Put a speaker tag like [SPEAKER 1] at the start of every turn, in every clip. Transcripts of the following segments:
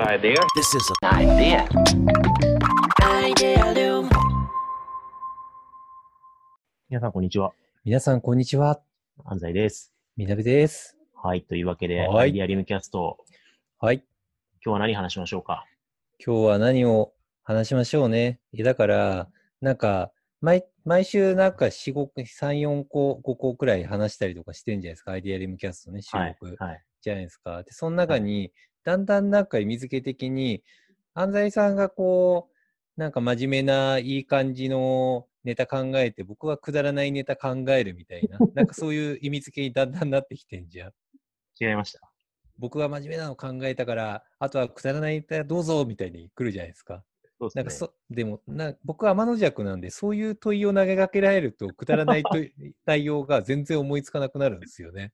[SPEAKER 1] idea.
[SPEAKER 2] This is a
[SPEAKER 1] Idea.
[SPEAKER 3] 皆さん、こんにちは。
[SPEAKER 4] 皆さん、こんにちは。
[SPEAKER 3] 安西です。
[SPEAKER 4] みなべです。
[SPEAKER 3] はい。というわけで、
[SPEAKER 4] は
[SPEAKER 3] ア
[SPEAKER 4] い
[SPEAKER 3] イディアリウムキャスト、
[SPEAKER 4] はい。
[SPEAKER 3] 今日は何話しましょうか
[SPEAKER 4] 今日は何を話しましょうね。いやだから、なんか、毎毎週なんか4、5、3、4個、5個くらい話したりとかしてるんじゃないですか。アイディアリムキャストね、収
[SPEAKER 3] はい
[SPEAKER 4] 録。。
[SPEAKER 3] はい。
[SPEAKER 4] じゃないですか。で、その中に、だんだんなんか意味付け的に、安西さんがこう、なんか真面目ないい感じのネタ考えて、僕はくだらないネタ考えるみたいな、なんかそういう意味付けにだんだんなってきてんじゃん。
[SPEAKER 3] 違いました。
[SPEAKER 4] 僕は真面目なの考えたから、あとはくだらないネタどうぞみたいに来るじゃないですか。
[SPEAKER 3] そう
[SPEAKER 4] なん
[SPEAKER 3] で
[SPEAKER 4] か
[SPEAKER 3] すね。
[SPEAKER 4] そ、でもな、僕は天の弱なんで、そういう問いを投げかけられると、くだらない問い内容が全然思いつかなくなるんですよ ね。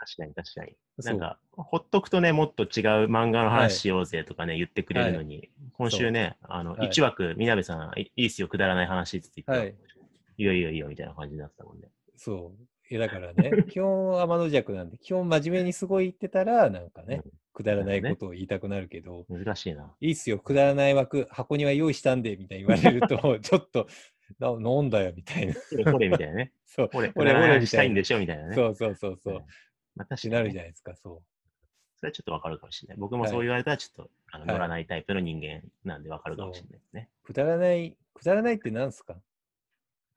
[SPEAKER 3] 確かに確かに。
[SPEAKER 4] そ
[SPEAKER 3] な
[SPEAKER 4] うん
[SPEAKER 3] か、ほっとくとね、もっと違う漫画の話しようぜとかね、言ってくれるのに、今週ね、あの、
[SPEAKER 4] はい
[SPEAKER 3] 一枠、みなべさん、いいいっすよ、くだらない話って言ってたら、
[SPEAKER 4] はい
[SPEAKER 3] い、いよいいよいいよ、みたいな感じになってたもんね。
[SPEAKER 4] そう。いやだから ね、基本天の弱なんで、基本真面目にすごい言ってたら、なんかね
[SPEAKER 3] う、
[SPEAKER 4] くだらない
[SPEAKER 3] なる
[SPEAKER 4] こ
[SPEAKER 3] ほ
[SPEAKER 4] とを言いたくなるけど、
[SPEAKER 3] 難しい な。
[SPEAKER 4] いいっすよ、くだらない枠、箱には用意したんで、みたいに言われ ると、ちょっと、ななんだよ、みたいな。
[SPEAKER 3] これ、これみたいなね。
[SPEAKER 4] そう、
[SPEAKER 3] これ、こ
[SPEAKER 4] これ
[SPEAKER 3] れ、
[SPEAKER 4] これ
[SPEAKER 3] 話したいんでしょ、みたいなね。
[SPEAKER 4] そうそうそうそう、
[SPEAKER 3] うんまあ、確
[SPEAKER 4] し
[SPEAKER 3] か
[SPEAKER 4] な
[SPEAKER 3] に
[SPEAKER 4] る
[SPEAKER 3] ね、
[SPEAKER 4] じゃないですか、そ
[SPEAKER 3] それはちょっとわかるかもしれない。僕も
[SPEAKER 4] はい
[SPEAKER 3] そう言われたら、ちょっと、あの
[SPEAKER 4] はい
[SPEAKER 3] 乗らないタイプの人間なんでわかるかもしれないですね。
[SPEAKER 4] う。くだらない、くだらないって何すか
[SPEAKER 3] く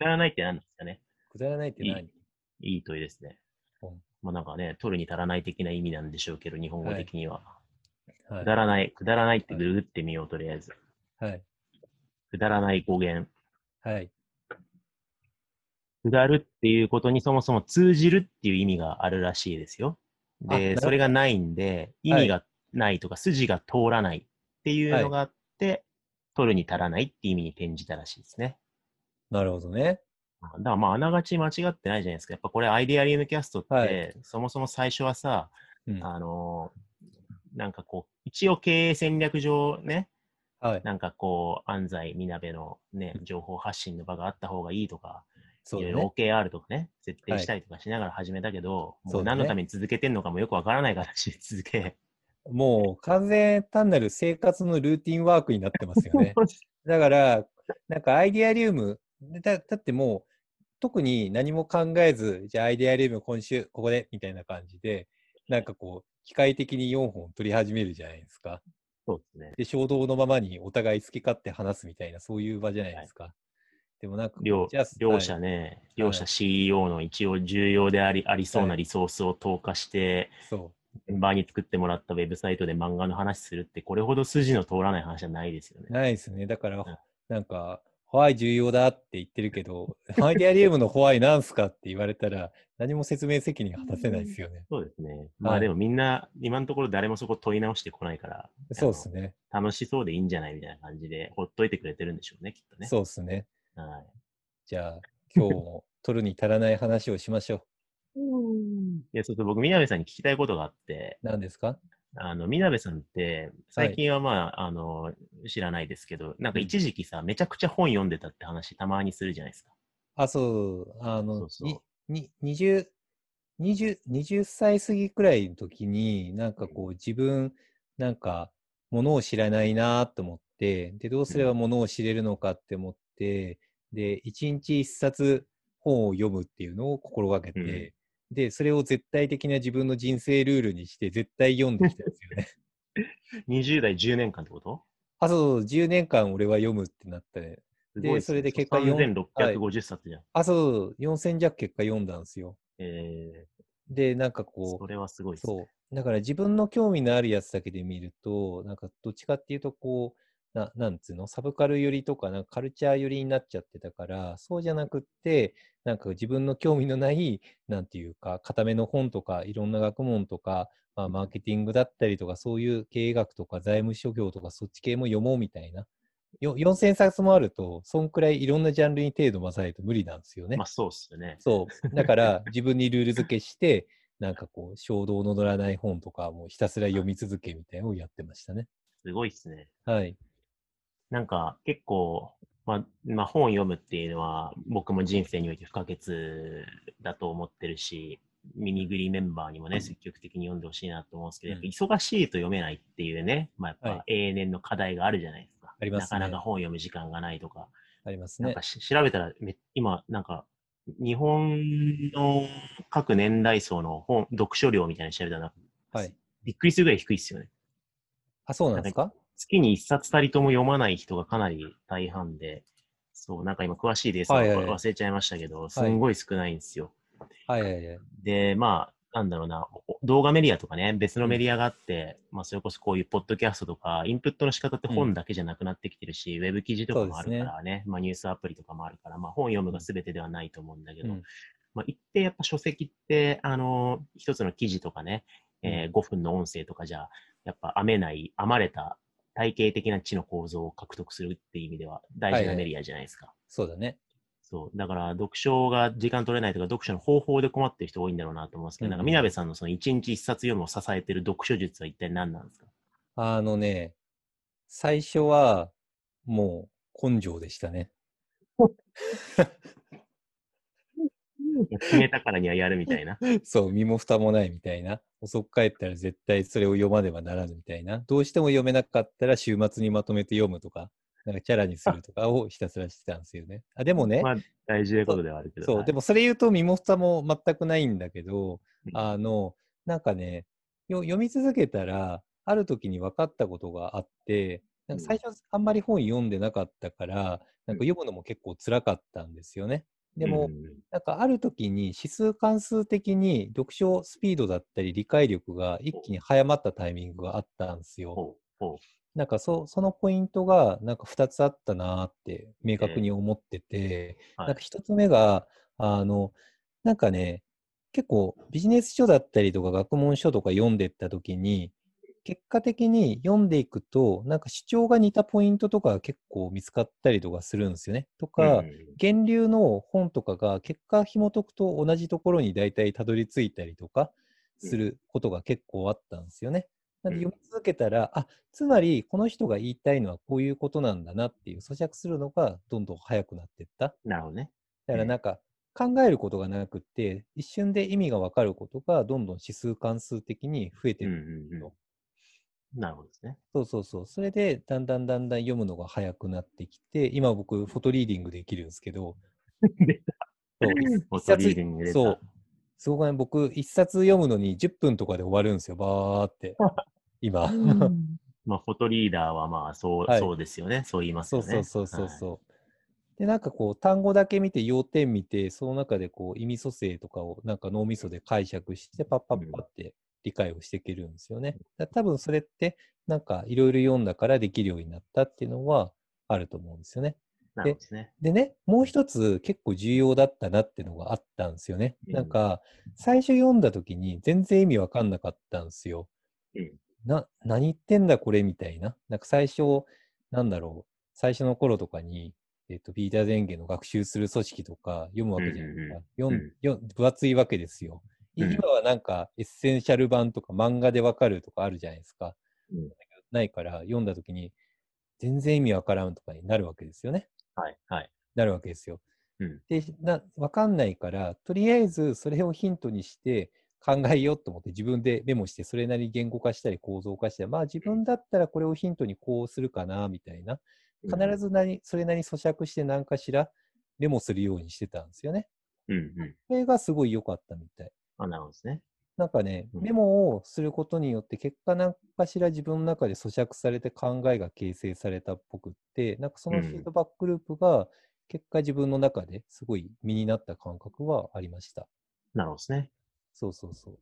[SPEAKER 3] だらないって何なんですかね。
[SPEAKER 4] くだらないって何
[SPEAKER 3] いい問いですね。
[SPEAKER 4] うん
[SPEAKER 3] まあなんかね、取るに足らない的な意味なんでしょうけど、日本語的には。
[SPEAKER 4] は
[SPEAKER 3] く
[SPEAKER 4] い
[SPEAKER 3] だらない、くだらないってぐるぐってみよう、とりあえず。
[SPEAKER 4] はい。
[SPEAKER 3] くだらない語源。
[SPEAKER 4] はい。
[SPEAKER 3] くだるっていうことにそもそも通じるっていう意味があるらしいですよ。
[SPEAKER 4] あなる
[SPEAKER 3] で、
[SPEAKER 4] ほど
[SPEAKER 3] それがないんで、意
[SPEAKER 4] はい
[SPEAKER 3] 味がないとか、筋が通らないっていうのがあって、取るに足らないって意味に転じたらしいですね。
[SPEAKER 4] なるほどね。
[SPEAKER 3] だからまあ、あながち間違ってないじゃないですか。やっぱこれ、アイデアリウムキャストって、
[SPEAKER 4] はい
[SPEAKER 3] そもそも最初はさ、
[SPEAKER 4] うん、
[SPEAKER 3] あのーなんかこう、一応経営戦略上ね、
[SPEAKER 4] はい。
[SPEAKER 3] なんかこう、安西、みなべのね、情報発信の場があった方がいいとか、
[SPEAKER 4] そうだ
[SPEAKER 3] いろいろ
[SPEAKER 4] ね。
[SPEAKER 3] OKR とかね、設定したりとかしながら始めたけど、も
[SPEAKER 4] そううだ
[SPEAKER 3] 何
[SPEAKER 4] ね
[SPEAKER 3] のために続けてんのかもよくわからない からし、続け。
[SPEAKER 4] もう完全単なる生活のルーティンワークになってますよね。だから、なんかアイデアリウム、だだってもう、特に何も考えず、じゃあアイデアリウム今週ここでみたいな感じで、なんかこう、機械的に4本取り始めるじゃないですか。
[SPEAKER 3] そうですね。
[SPEAKER 4] で、衝動のままにお互い好き勝手話すみたいな、そういう場じゃないですか。でもなんか、
[SPEAKER 3] 両
[SPEAKER 4] じゃあ
[SPEAKER 3] 両者
[SPEAKER 4] はい
[SPEAKER 3] ね、両者 CEO の一応重要でありありそう
[SPEAKER 4] は
[SPEAKER 3] ないリソースを投下して、
[SPEAKER 4] そ
[SPEAKER 3] メンバーに作ってもらったウェブサイトで漫画の話するって、これほど筋の通らない話はないですよ
[SPEAKER 4] う。
[SPEAKER 3] ね。
[SPEAKER 4] ないですね。だから
[SPEAKER 3] ん、
[SPEAKER 4] なんか、ホワイ重要だって言ってるけど、 アイデアリウムのホワイなんすかって言われたら、何も説明責任果たせないですよね。
[SPEAKER 3] そうですね。ま
[SPEAKER 4] は
[SPEAKER 3] あ
[SPEAKER 4] い
[SPEAKER 3] でもみんな、今のところ誰もそこ問い直してこないから、
[SPEAKER 4] そうですね。
[SPEAKER 3] あの楽しそうでいいんじゃないみたいな感じで、ほっといてくれてるんでしょうね、きっとね。
[SPEAKER 4] そうですね。
[SPEAKER 3] はい
[SPEAKER 4] じゃあ、今日も取るに足らない話をしましょ
[SPEAKER 3] いや、ちょっと僕、みなべさんに聞きたいことがあって、
[SPEAKER 4] う。何ですか
[SPEAKER 3] あの、みなべさんって、最近はまあ、あの、知らないですけど、なんか一時期さ、めちゃくちゃ本読んでたって話たまにするじゃないですか。
[SPEAKER 4] あ、そう、あの、
[SPEAKER 3] そうそう
[SPEAKER 4] にに20、20、20歳過ぎくらいの時に、なんかこう自分、なんか、ものを知らないなと思って、で、どうすればものを知れるのかって思って、で、1日1冊本を読むっていうのを心がけて、で、それを絶対的な自分の人生ルールにして、絶対読んでき たんですよね。
[SPEAKER 3] 20代10年間ってこと
[SPEAKER 4] あ、そう、10年間俺は読むってなって、
[SPEAKER 3] すごいっすね、
[SPEAKER 4] でそれで結果四
[SPEAKER 3] 3650冊じゃん。
[SPEAKER 4] あ、そう、4000弱結果読んだんですよ。
[SPEAKER 3] え
[SPEAKER 4] で、なんかこ
[SPEAKER 3] ー、
[SPEAKER 4] う
[SPEAKER 3] そ、れはすごいっすね。
[SPEAKER 4] そう。だから自分の興味のあるやつだけで見ると、なんかどっちかっていうと、こう、ななんつうの、サブカル寄りとか、なんかカルチャー寄りになっちゃってたから、そうじゃなくって、なんか自分の興味のない、なんていうか、固めの本とか、いろんな学問とか、まあ、マーケティングだったりとか、そういう経営学とか財務諸行とか、そっち系も読もうみたいな。よ4000冊もあると、そんくらいいろんなジャンルに程度混ざないと無理なんですよね
[SPEAKER 3] まあ、。そうっすよね。
[SPEAKER 4] そう。だから、自分にルール付けして、なんかこう、衝動の乗らない本とか、もうひたすら読み続けみたいなのをやってましたね。
[SPEAKER 3] すごいっすね。
[SPEAKER 4] はい。
[SPEAKER 3] なんか、結構、まあ、まあ、本読むっていうのは、僕も人生において不可欠だと思ってるし、ミニグリメンバーにもね、積極的に読んでほしいなと思うんですけど、やっぱ忙しいと読めないっていうね、まあ、やっ
[SPEAKER 4] は
[SPEAKER 3] ぱ永年の課題があるじゃないですか。
[SPEAKER 4] ありますね
[SPEAKER 3] なかなか本読む時間がないとか。
[SPEAKER 4] あります
[SPEAKER 3] なん
[SPEAKER 4] ね
[SPEAKER 3] か。し調べたらめ、今、なんか、日本の各年代層の本、読書量みたいなの調べたら、
[SPEAKER 4] はい。
[SPEAKER 3] びっくりするぐらい低いですよね。
[SPEAKER 4] あ、そうなんですか
[SPEAKER 3] 月に一冊たりとも読まない人がかなり大半で、そう、なんか今詳しいです、
[SPEAKER 4] はいはいはい
[SPEAKER 3] 忘れちゃいましたけど、すんごい少ないんですよ。
[SPEAKER 4] はいはいはい。
[SPEAKER 3] で、まあ、なんだろうな、お動画メディアとかね、別のメディアがあって、まあ、それこそこういうポッドキャストとか、インプットの仕方って本だけじゃなくなってきてるし、ウェブ記事とかもあるからね、まあ、ニュースアプリとかもあるから、まあ、本読むが全てではないと思うんだけど、
[SPEAKER 4] うん
[SPEAKER 3] まあ、一定やっぱ書籍って、あの一つの記事とかね、えー5分の音声とかじゃ、やっぱ編めない、編まれた体系的な知の構造を獲得するっていう意味では大事なメディアじゃないですか。
[SPEAKER 4] そうだね。
[SPEAKER 3] そう。だから、読書が時間取れないとか、読書の方法で困ってる人多いんだろうなと思うんですけど、
[SPEAKER 4] うん
[SPEAKER 3] なんか、みなべさんのその一日一冊読むを支えてる読書術は一体何なんですか
[SPEAKER 4] あのね、最初は、もう、根性でしたね。
[SPEAKER 3] いや決めたからにはやるみた いな。
[SPEAKER 4] そう、身も蓋もないみたいな。遅く帰ったら絶対それを読まねばならぬみたいな。どうしても読めなかったら週末にまとめて読むとか、なんかチャラにするとかをひたすらしてたんですよね。あ、でもね、
[SPEAKER 3] まあ、大事なことではあるけど。
[SPEAKER 4] そう、で
[SPEAKER 3] も、
[SPEAKER 4] もそれ言うと身も蓋も全くないんだけど、
[SPEAKER 3] うん
[SPEAKER 4] あの、なんかね、よ読み続けたら、ある時に分かったことがあって、なんか最初あんまり本読んでなかったから、なんか読むのも結構辛かったんですよね。でも、
[SPEAKER 3] うん
[SPEAKER 4] なんかある時に指数関数的に読書スピードだったり理解力が一気に早まったタイミングがあったんですよ。
[SPEAKER 3] ほうほう
[SPEAKER 4] なんかそそのポイントがなんか2つあったなーって明確に思ってて、
[SPEAKER 3] はい
[SPEAKER 4] なんか1つ目があのなんかね結構ビジネス書だったりとか学問書とか読んでった時に結果的に読んでいくとなんか主張が似たポイントとかが結構見つかったりとかするんですよね。とか、
[SPEAKER 3] うん
[SPEAKER 4] 源流の本とかが結果紐解くと同じところに大体たどり着いたりとかすることが結構あったんですよね。なんで
[SPEAKER 3] うん
[SPEAKER 4] 読み続けたら、あつまりこの人が言いたいのはこういうことなんだなっていう咀嚼するのがどんどん早くなっていった。
[SPEAKER 3] なるほどね。え
[SPEAKER 4] だか
[SPEAKER 3] え
[SPEAKER 4] らなんか考えることがなくって一瞬で意味がわかることがどんどん指数関数的に増えて
[SPEAKER 3] うん
[SPEAKER 4] る。
[SPEAKER 3] うんうん。なるほどですね。
[SPEAKER 4] そうそうそう。それで、だんだんだんだん読むのが早くなってきて、今僕、フォトリーディングできるんですけど、 そう
[SPEAKER 3] おト
[SPEAKER 4] 一冊
[SPEAKER 3] リーディングで
[SPEAKER 4] そう。すごくね、僕、一冊読むのに10分とかで終わるんですよ、バー って。今。
[SPEAKER 3] まあ、フォトリーダーはまあ、そう、
[SPEAKER 4] はい
[SPEAKER 3] そうですよね。そう言います
[SPEAKER 4] そ
[SPEAKER 3] よ
[SPEAKER 4] う
[SPEAKER 3] ね。
[SPEAKER 4] そうそうそうそう。で、なんかこう、単語だけ見て、要点見て、その中でこう、意味蘇生とかをなんか脳みそで解釈して、パッパッパって理解をしていけるんですよね。だ多分それって、なんかいろいろ読んだからできるようになったっていうのはあると思うんですよね。
[SPEAKER 3] はいなるほどですね。
[SPEAKER 4] でね、もう一つ結構重要だったなってのがあったんですよね。
[SPEAKER 3] うん
[SPEAKER 4] なんか、最初読んだ時に全然意味わかんなかったんですよ。
[SPEAKER 3] うん
[SPEAKER 4] な、何言ってんだこれみたいな。なんか最初、なんだろう、最初の頃とかに、えっと、ピーター・ゼンゲの学習する組織とか読むわけじゃないですか。
[SPEAKER 3] んうん
[SPEAKER 4] 読ん読ん分厚いわけですよ。
[SPEAKER 3] うん
[SPEAKER 4] 今はなんかエッセンシャル版とか漫画でわかるとかあるじゃないですか。
[SPEAKER 3] うん
[SPEAKER 4] ないから読んだ時に全然意味わからんとかになるわけですよね。
[SPEAKER 3] はい、はい。
[SPEAKER 4] なるわけですよ。
[SPEAKER 3] うん
[SPEAKER 4] でな、わかんないから、とりあえずそれをヒントにして考えようと思って自分でメモして、それなりに言語化したり構造化して、まあ自分だったらこれをヒントにこうするかな、みたいな。必ずなりそれなりに咀嚼して何かしらメモするようにしてたんですよね。
[SPEAKER 3] うんうん。
[SPEAKER 4] それがすごい良かったみたい。
[SPEAKER 3] あ、なるほどですね。
[SPEAKER 4] なんかね、
[SPEAKER 3] うん
[SPEAKER 4] メモをすることによって、結果何かしら自分の中で咀嚼されて考えが形成されたっぽくって、なんかその
[SPEAKER 3] うん
[SPEAKER 4] フィードバックループが、結果自分の中ですごい身になった感覚はありました。
[SPEAKER 3] なるほどですね。
[SPEAKER 4] そうそうそう。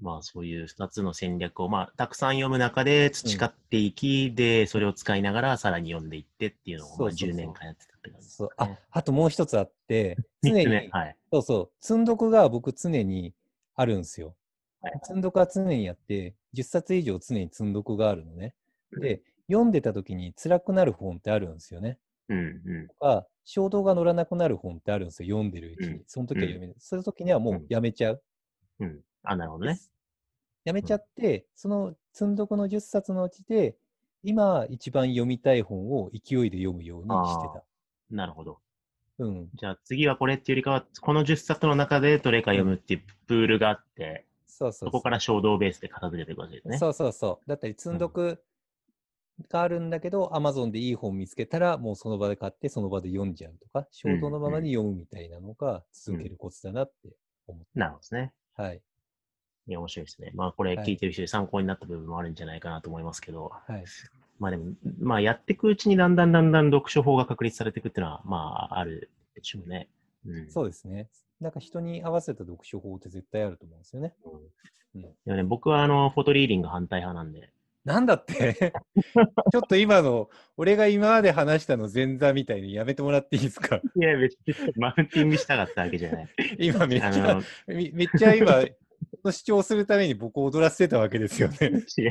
[SPEAKER 3] まあそういう2つの戦略を、まあ、たくさん読む中で培っていき、で、それを使いながらさらに読んでいってっていうのを、ま
[SPEAKER 4] そう
[SPEAKER 3] あ、
[SPEAKER 4] そうそう
[SPEAKER 3] 10年間やってたって感じです
[SPEAKER 4] そう
[SPEAKER 3] ね。
[SPEAKER 4] あ、あともう一つあ って、常
[SPEAKER 3] 3
[SPEAKER 4] に、
[SPEAKER 3] つ目。はい。
[SPEAKER 4] そうそう、積んどくが僕常にあるんですよ。
[SPEAKER 3] はい
[SPEAKER 4] 積んどくは常にやって、10冊以上常に積んどくがあるのね。で、読んでた時に辛くなる本ってあるんですよね。
[SPEAKER 3] うんう
[SPEAKER 4] が衝動が乗らなくなる本ってあるんですよ、読んでるうち
[SPEAKER 3] う
[SPEAKER 4] に
[SPEAKER 3] ん。
[SPEAKER 4] その時は読めない。その時にはもうやめちゃう。
[SPEAKER 3] ん。うん。あ、なるほどね。
[SPEAKER 4] やめちゃって、その積んどくの10冊のうちで、今一番読みたい本を勢いで読むようにし
[SPEAKER 3] あ
[SPEAKER 4] てた。
[SPEAKER 3] なるほど。
[SPEAKER 4] うん。
[SPEAKER 3] じゃあ次はこれっていうよりかは、この10冊の中でどれか読むっていうプールがあって、
[SPEAKER 4] そうそうそう。
[SPEAKER 3] そこから衝動ベースで片付けていくわけですね。
[SPEAKER 4] そうそうそう。だったり、積んどくがあるんだけど、Amazon でいい本見つけたら、もうその場で買って、その場で読んじゃうとか、衝動のままに読むみたいなのが続けるコツだなって思っ
[SPEAKER 3] なるほどですね。
[SPEAKER 4] て。はい。
[SPEAKER 3] いや、面白いですね。まあ、これ
[SPEAKER 4] はい
[SPEAKER 3] 聞いてる人で参考になった部分もあるんじゃないかなと思いますけど、
[SPEAKER 4] はい。
[SPEAKER 3] まあでも、まあやっていくうちにだんだんだんだん読書法が確立されていくっていうのは、まああるでしょうね。うん。
[SPEAKER 4] そうですね。なんか人に合わせた読書法って絶対あると思うんですよね。
[SPEAKER 3] でもね、僕はあの、フォトリーディング反対派なんで、
[SPEAKER 4] なんだって ちょっと今の、俺が今まで話したの前座みたいにやめてもらっていいです か
[SPEAKER 3] いや、別にマウンティングしたかったわけじゃない。
[SPEAKER 4] 今めっ ち
[SPEAKER 3] あ
[SPEAKER 4] ゃ
[SPEAKER 3] の、、
[SPEAKER 4] みめっちゃ今、主張するために僕を踊らせてたわけですよね。
[SPEAKER 3] 違う違う違う。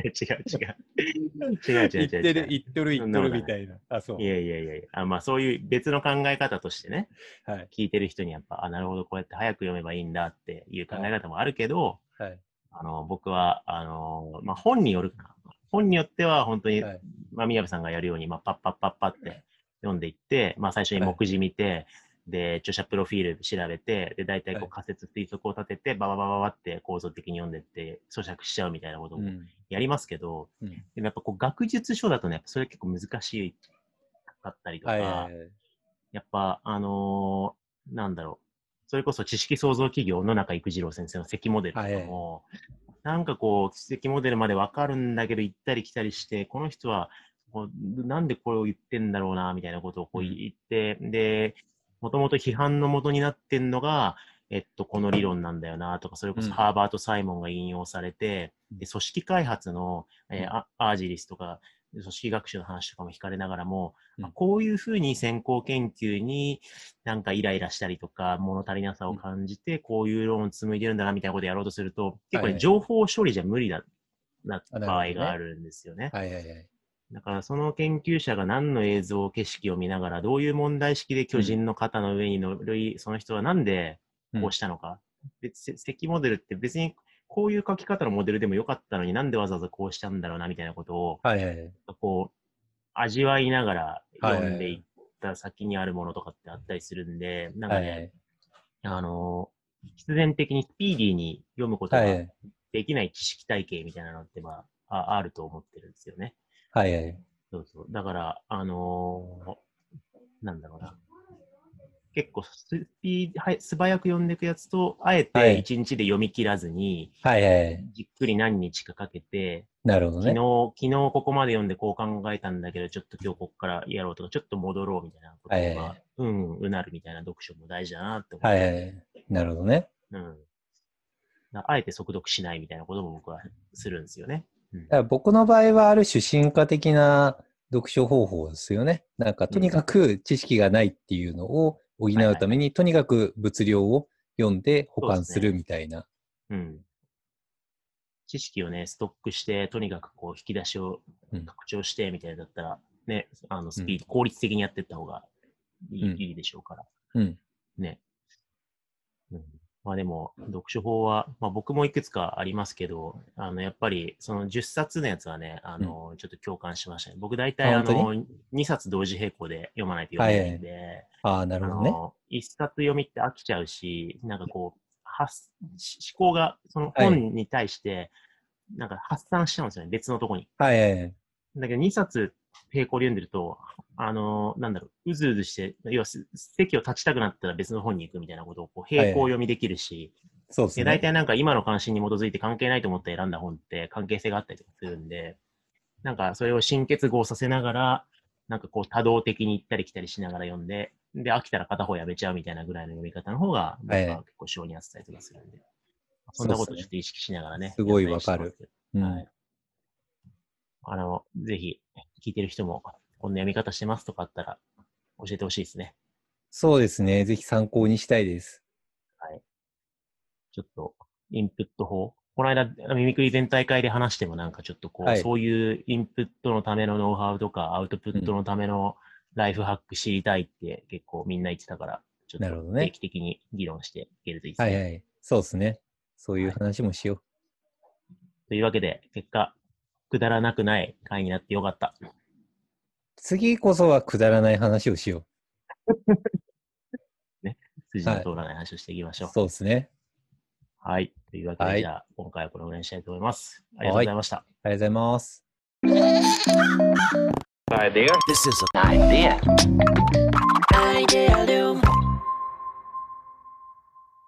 [SPEAKER 3] 違 う違う違う違う。
[SPEAKER 4] 言ってる、言ってる、
[SPEAKER 3] そ
[SPEAKER 4] 言
[SPEAKER 3] ん
[SPEAKER 4] っ
[SPEAKER 3] な
[SPEAKER 4] て
[SPEAKER 3] こと
[SPEAKER 4] る
[SPEAKER 3] ない
[SPEAKER 4] みたいな。あ、そう
[SPEAKER 3] い。やいやいやいやあ、まあそういう別の考え方としてね、
[SPEAKER 4] はい。
[SPEAKER 3] 聞いてる人にやっぱ、あ、なるほど、こうやって早く読めばいいんだっていう考え方もあるけど、
[SPEAKER 4] はい。
[SPEAKER 3] あの、僕は、あの、まあ、本によるかな。本によっては、本当に、
[SPEAKER 4] はい
[SPEAKER 3] まあ、宮部さんがやるように、まあ、パッパッパッパって読んでいって、まあ、最初に目次見て、で、著者プロフィール調べて、で、大体こ
[SPEAKER 4] は
[SPEAKER 3] う
[SPEAKER 4] い
[SPEAKER 3] 仮説推測を立てて、バババババって構造的に読んでって、咀嚼しちゃうみたいなことを
[SPEAKER 4] うん。
[SPEAKER 3] やりますけど、
[SPEAKER 4] うん
[SPEAKER 3] でもやっぱこう、学術書だとね、やっぱそれ結構難しいかったりとか、
[SPEAKER 4] はいはいはい。
[SPEAKER 3] やっぱ、あのーなんだろう。それこそ知識創造企業の中育次郎先生の関モデルとかも、なんかこう、関モデルまでわかるんだけど、行ったり来たりして、この人は、こうなんでこれを言ってんだろうな、みたいなことをこう
[SPEAKER 4] うん
[SPEAKER 3] 言って、で、もともと批判の元になってんのが、えっと、この理論なんだよな、とか、それこ
[SPEAKER 4] う
[SPEAKER 3] そ
[SPEAKER 4] ん
[SPEAKER 3] ハーバート・サイモンが引用されて、で、組織開発の、えー
[SPEAKER 4] うん
[SPEAKER 3] あアージリスとか、組織学習の話とかも聞かれながらも、
[SPEAKER 4] うん
[SPEAKER 3] あこういうふうに先行研究になんかイライラしたりとか、物足りなさを感じて、こういう論を紡いでるんだなみたいなことやろうとすると、結構
[SPEAKER 4] は
[SPEAKER 3] ね、
[SPEAKER 4] い
[SPEAKER 3] 情報処理じゃ無理だな
[SPEAKER 4] あなるほどね
[SPEAKER 3] 場合があるんですよね。
[SPEAKER 4] はいはいはい。
[SPEAKER 3] だからその研究者が何の映像、景色を見ながら、どういう問題意識で巨人の肩の上に乗り、その人はなんでこうしたのか。別積モデルって別にこういう書き方のモデルでもよかったのになんでわざわざこうしたんだろうなみたいなことを、
[SPEAKER 4] はいはいはい。
[SPEAKER 3] こう、味わいながら
[SPEAKER 4] はい
[SPEAKER 3] 読んでいった先にあるものとかってあったりするんで、なんか
[SPEAKER 4] はい
[SPEAKER 3] ね、
[SPEAKER 4] はい。
[SPEAKER 3] あのー必然的にスピーディーに読むこと
[SPEAKER 4] は
[SPEAKER 3] が
[SPEAKER 4] いはい。
[SPEAKER 3] できない知識体系みたいなのって、まあ、ああると思ってるんですよね。
[SPEAKER 4] はいはい。
[SPEAKER 3] そうそう。だから、あのーなんだろうな。結構スピード、はい、素早く読んでいくやつと、あえ
[SPEAKER 4] は
[SPEAKER 3] て
[SPEAKER 4] い
[SPEAKER 3] 一日で読み切らずに、
[SPEAKER 4] はいはい。
[SPEAKER 3] じっくり何日かかけて、
[SPEAKER 4] なるほど
[SPEAKER 3] 昨日、
[SPEAKER 4] ね。
[SPEAKER 3] 昨日ここまで読んでこう考えたんだけど、ちょっと今日ここからやろうとか、ちょっと戻ろうみたいなことが、
[SPEAKER 4] はいは
[SPEAKER 3] うん、うなるみたいな読書も大事だなって思って、
[SPEAKER 4] はいはい。なるほどね。
[SPEAKER 3] うん。だあえて速読しないみたいなことも僕はするんですよね。うん
[SPEAKER 4] だから僕の場合はある種進化的な読書方法ですよね。なんかとにかく知識がないっていうのを補うために、とにかく物量を読んで保管するみたいな。
[SPEAKER 3] うん。知識をね、ストックして、とにかくこう、引き出しを
[SPEAKER 4] うん
[SPEAKER 3] 拡張してみたいだったら、ね、あの、ス
[SPEAKER 4] う
[SPEAKER 3] ピー
[SPEAKER 4] ん
[SPEAKER 3] ド、効率的にやっていった方がいい,、
[SPEAKER 4] うん
[SPEAKER 3] いいでしょうから。
[SPEAKER 4] うん。
[SPEAKER 3] ね。うん、まあでも、読書法は、まあ僕もいくつかありますけど、あの、やっぱり、その10冊のやつはね、あの、ちょっと共感しましたね。僕大体、
[SPEAKER 4] あ
[SPEAKER 3] あ
[SPEAKER 4] 本
[SPEAKER 3] の、2冊同時並行で読まないと読めないんで、
[SPEAKER 4] ああ、な
[SPEAKER 3] あ
[SPEAKER 4] るほどね。
[SPEAKER 3] の、一冊読みって飽きちゃうし、なんかこう、発し思考が、その
[SPEAKER 4] はい
[SPEAKER 3] 本に対して、なんか発散しちゃうんですよね、別のとこに。
[SPEAKER 4] はいはいはい。
[SPEAKER 3] だけど2冊並行で読んでると、あのなんだろう、うずうずして、要はす席を立ちたくなったら別の本に行くみたいなことをこう並行読みできるし、
[SPEAKER 4] そうです
[SPEAKER 3] で
[SPEAKER 4] ね。
[SPEAKER 3] 大体なんか今の関心に基づいて関係ないと思って選んだ本って関係性があったりとかするんで、なんかそれを新結合させながら、なんかこう多動的に行ったり来たりしながら読んで、で、飽きたら片方やめちゃうみたいなぐらいの読み方の方が、僕
[SPEAKER 4] はい
[SPEAKER 3] は結構性に合ってたりとかするんで、そんなことをちょっと意識しながらね。
[SPEAKER 4] そうっすねすごいわかる
[SPEAKER 3] やったりしてますけど
[SPEAKER 4] うん
[SPEAKER 3] はい。あの、ぜひ、聞いてる人も、こんな読み方してますとかあったら、教えてほしいですね。
[SPEAKER 4] そうですね。ぜひ参考にしたいです。
[SPEAKER 3] ちょっと、インプット法。この間、あの耳くり全体会で話してもなんかちょっとこう、
[SPEAKER 4] はい
[SPEAKER 3] そういうインプットのためのノウハウとか、アウトプットのためのライフハック知りたいって結構みんな言ってたから、ちょっ
[SPEAKER 4] なるほ
[SPEAKER 3] と
[SPEAKER 4] どね
[SPEAKER 3] 定期的に議論していけるといいです
[SPEAKER 4] は
[SPEAKER 3] ね。
[SPEAKER 4] いはい。そうですね。そういう話もしよう。
[SPEAKER 3] というわけで、結果、くだらなくない会になってよかった。
[SPEAKER 4] 次こそはくだらない話をしよ
[SPEAKER 3] 筋の通らない話をしていきましょう。
[SPEAKER 4] そうですね。
[SPEAKER 3] はい。というわけで、
[SPEAKER 4] はい
[SPEAKER 3] じゃあ、今回はこれぐらいにしたいと思います。ありがとうございました。
[SPEAKER 4] ありがとうございます。
[SPEAKER 1] Idea Loom.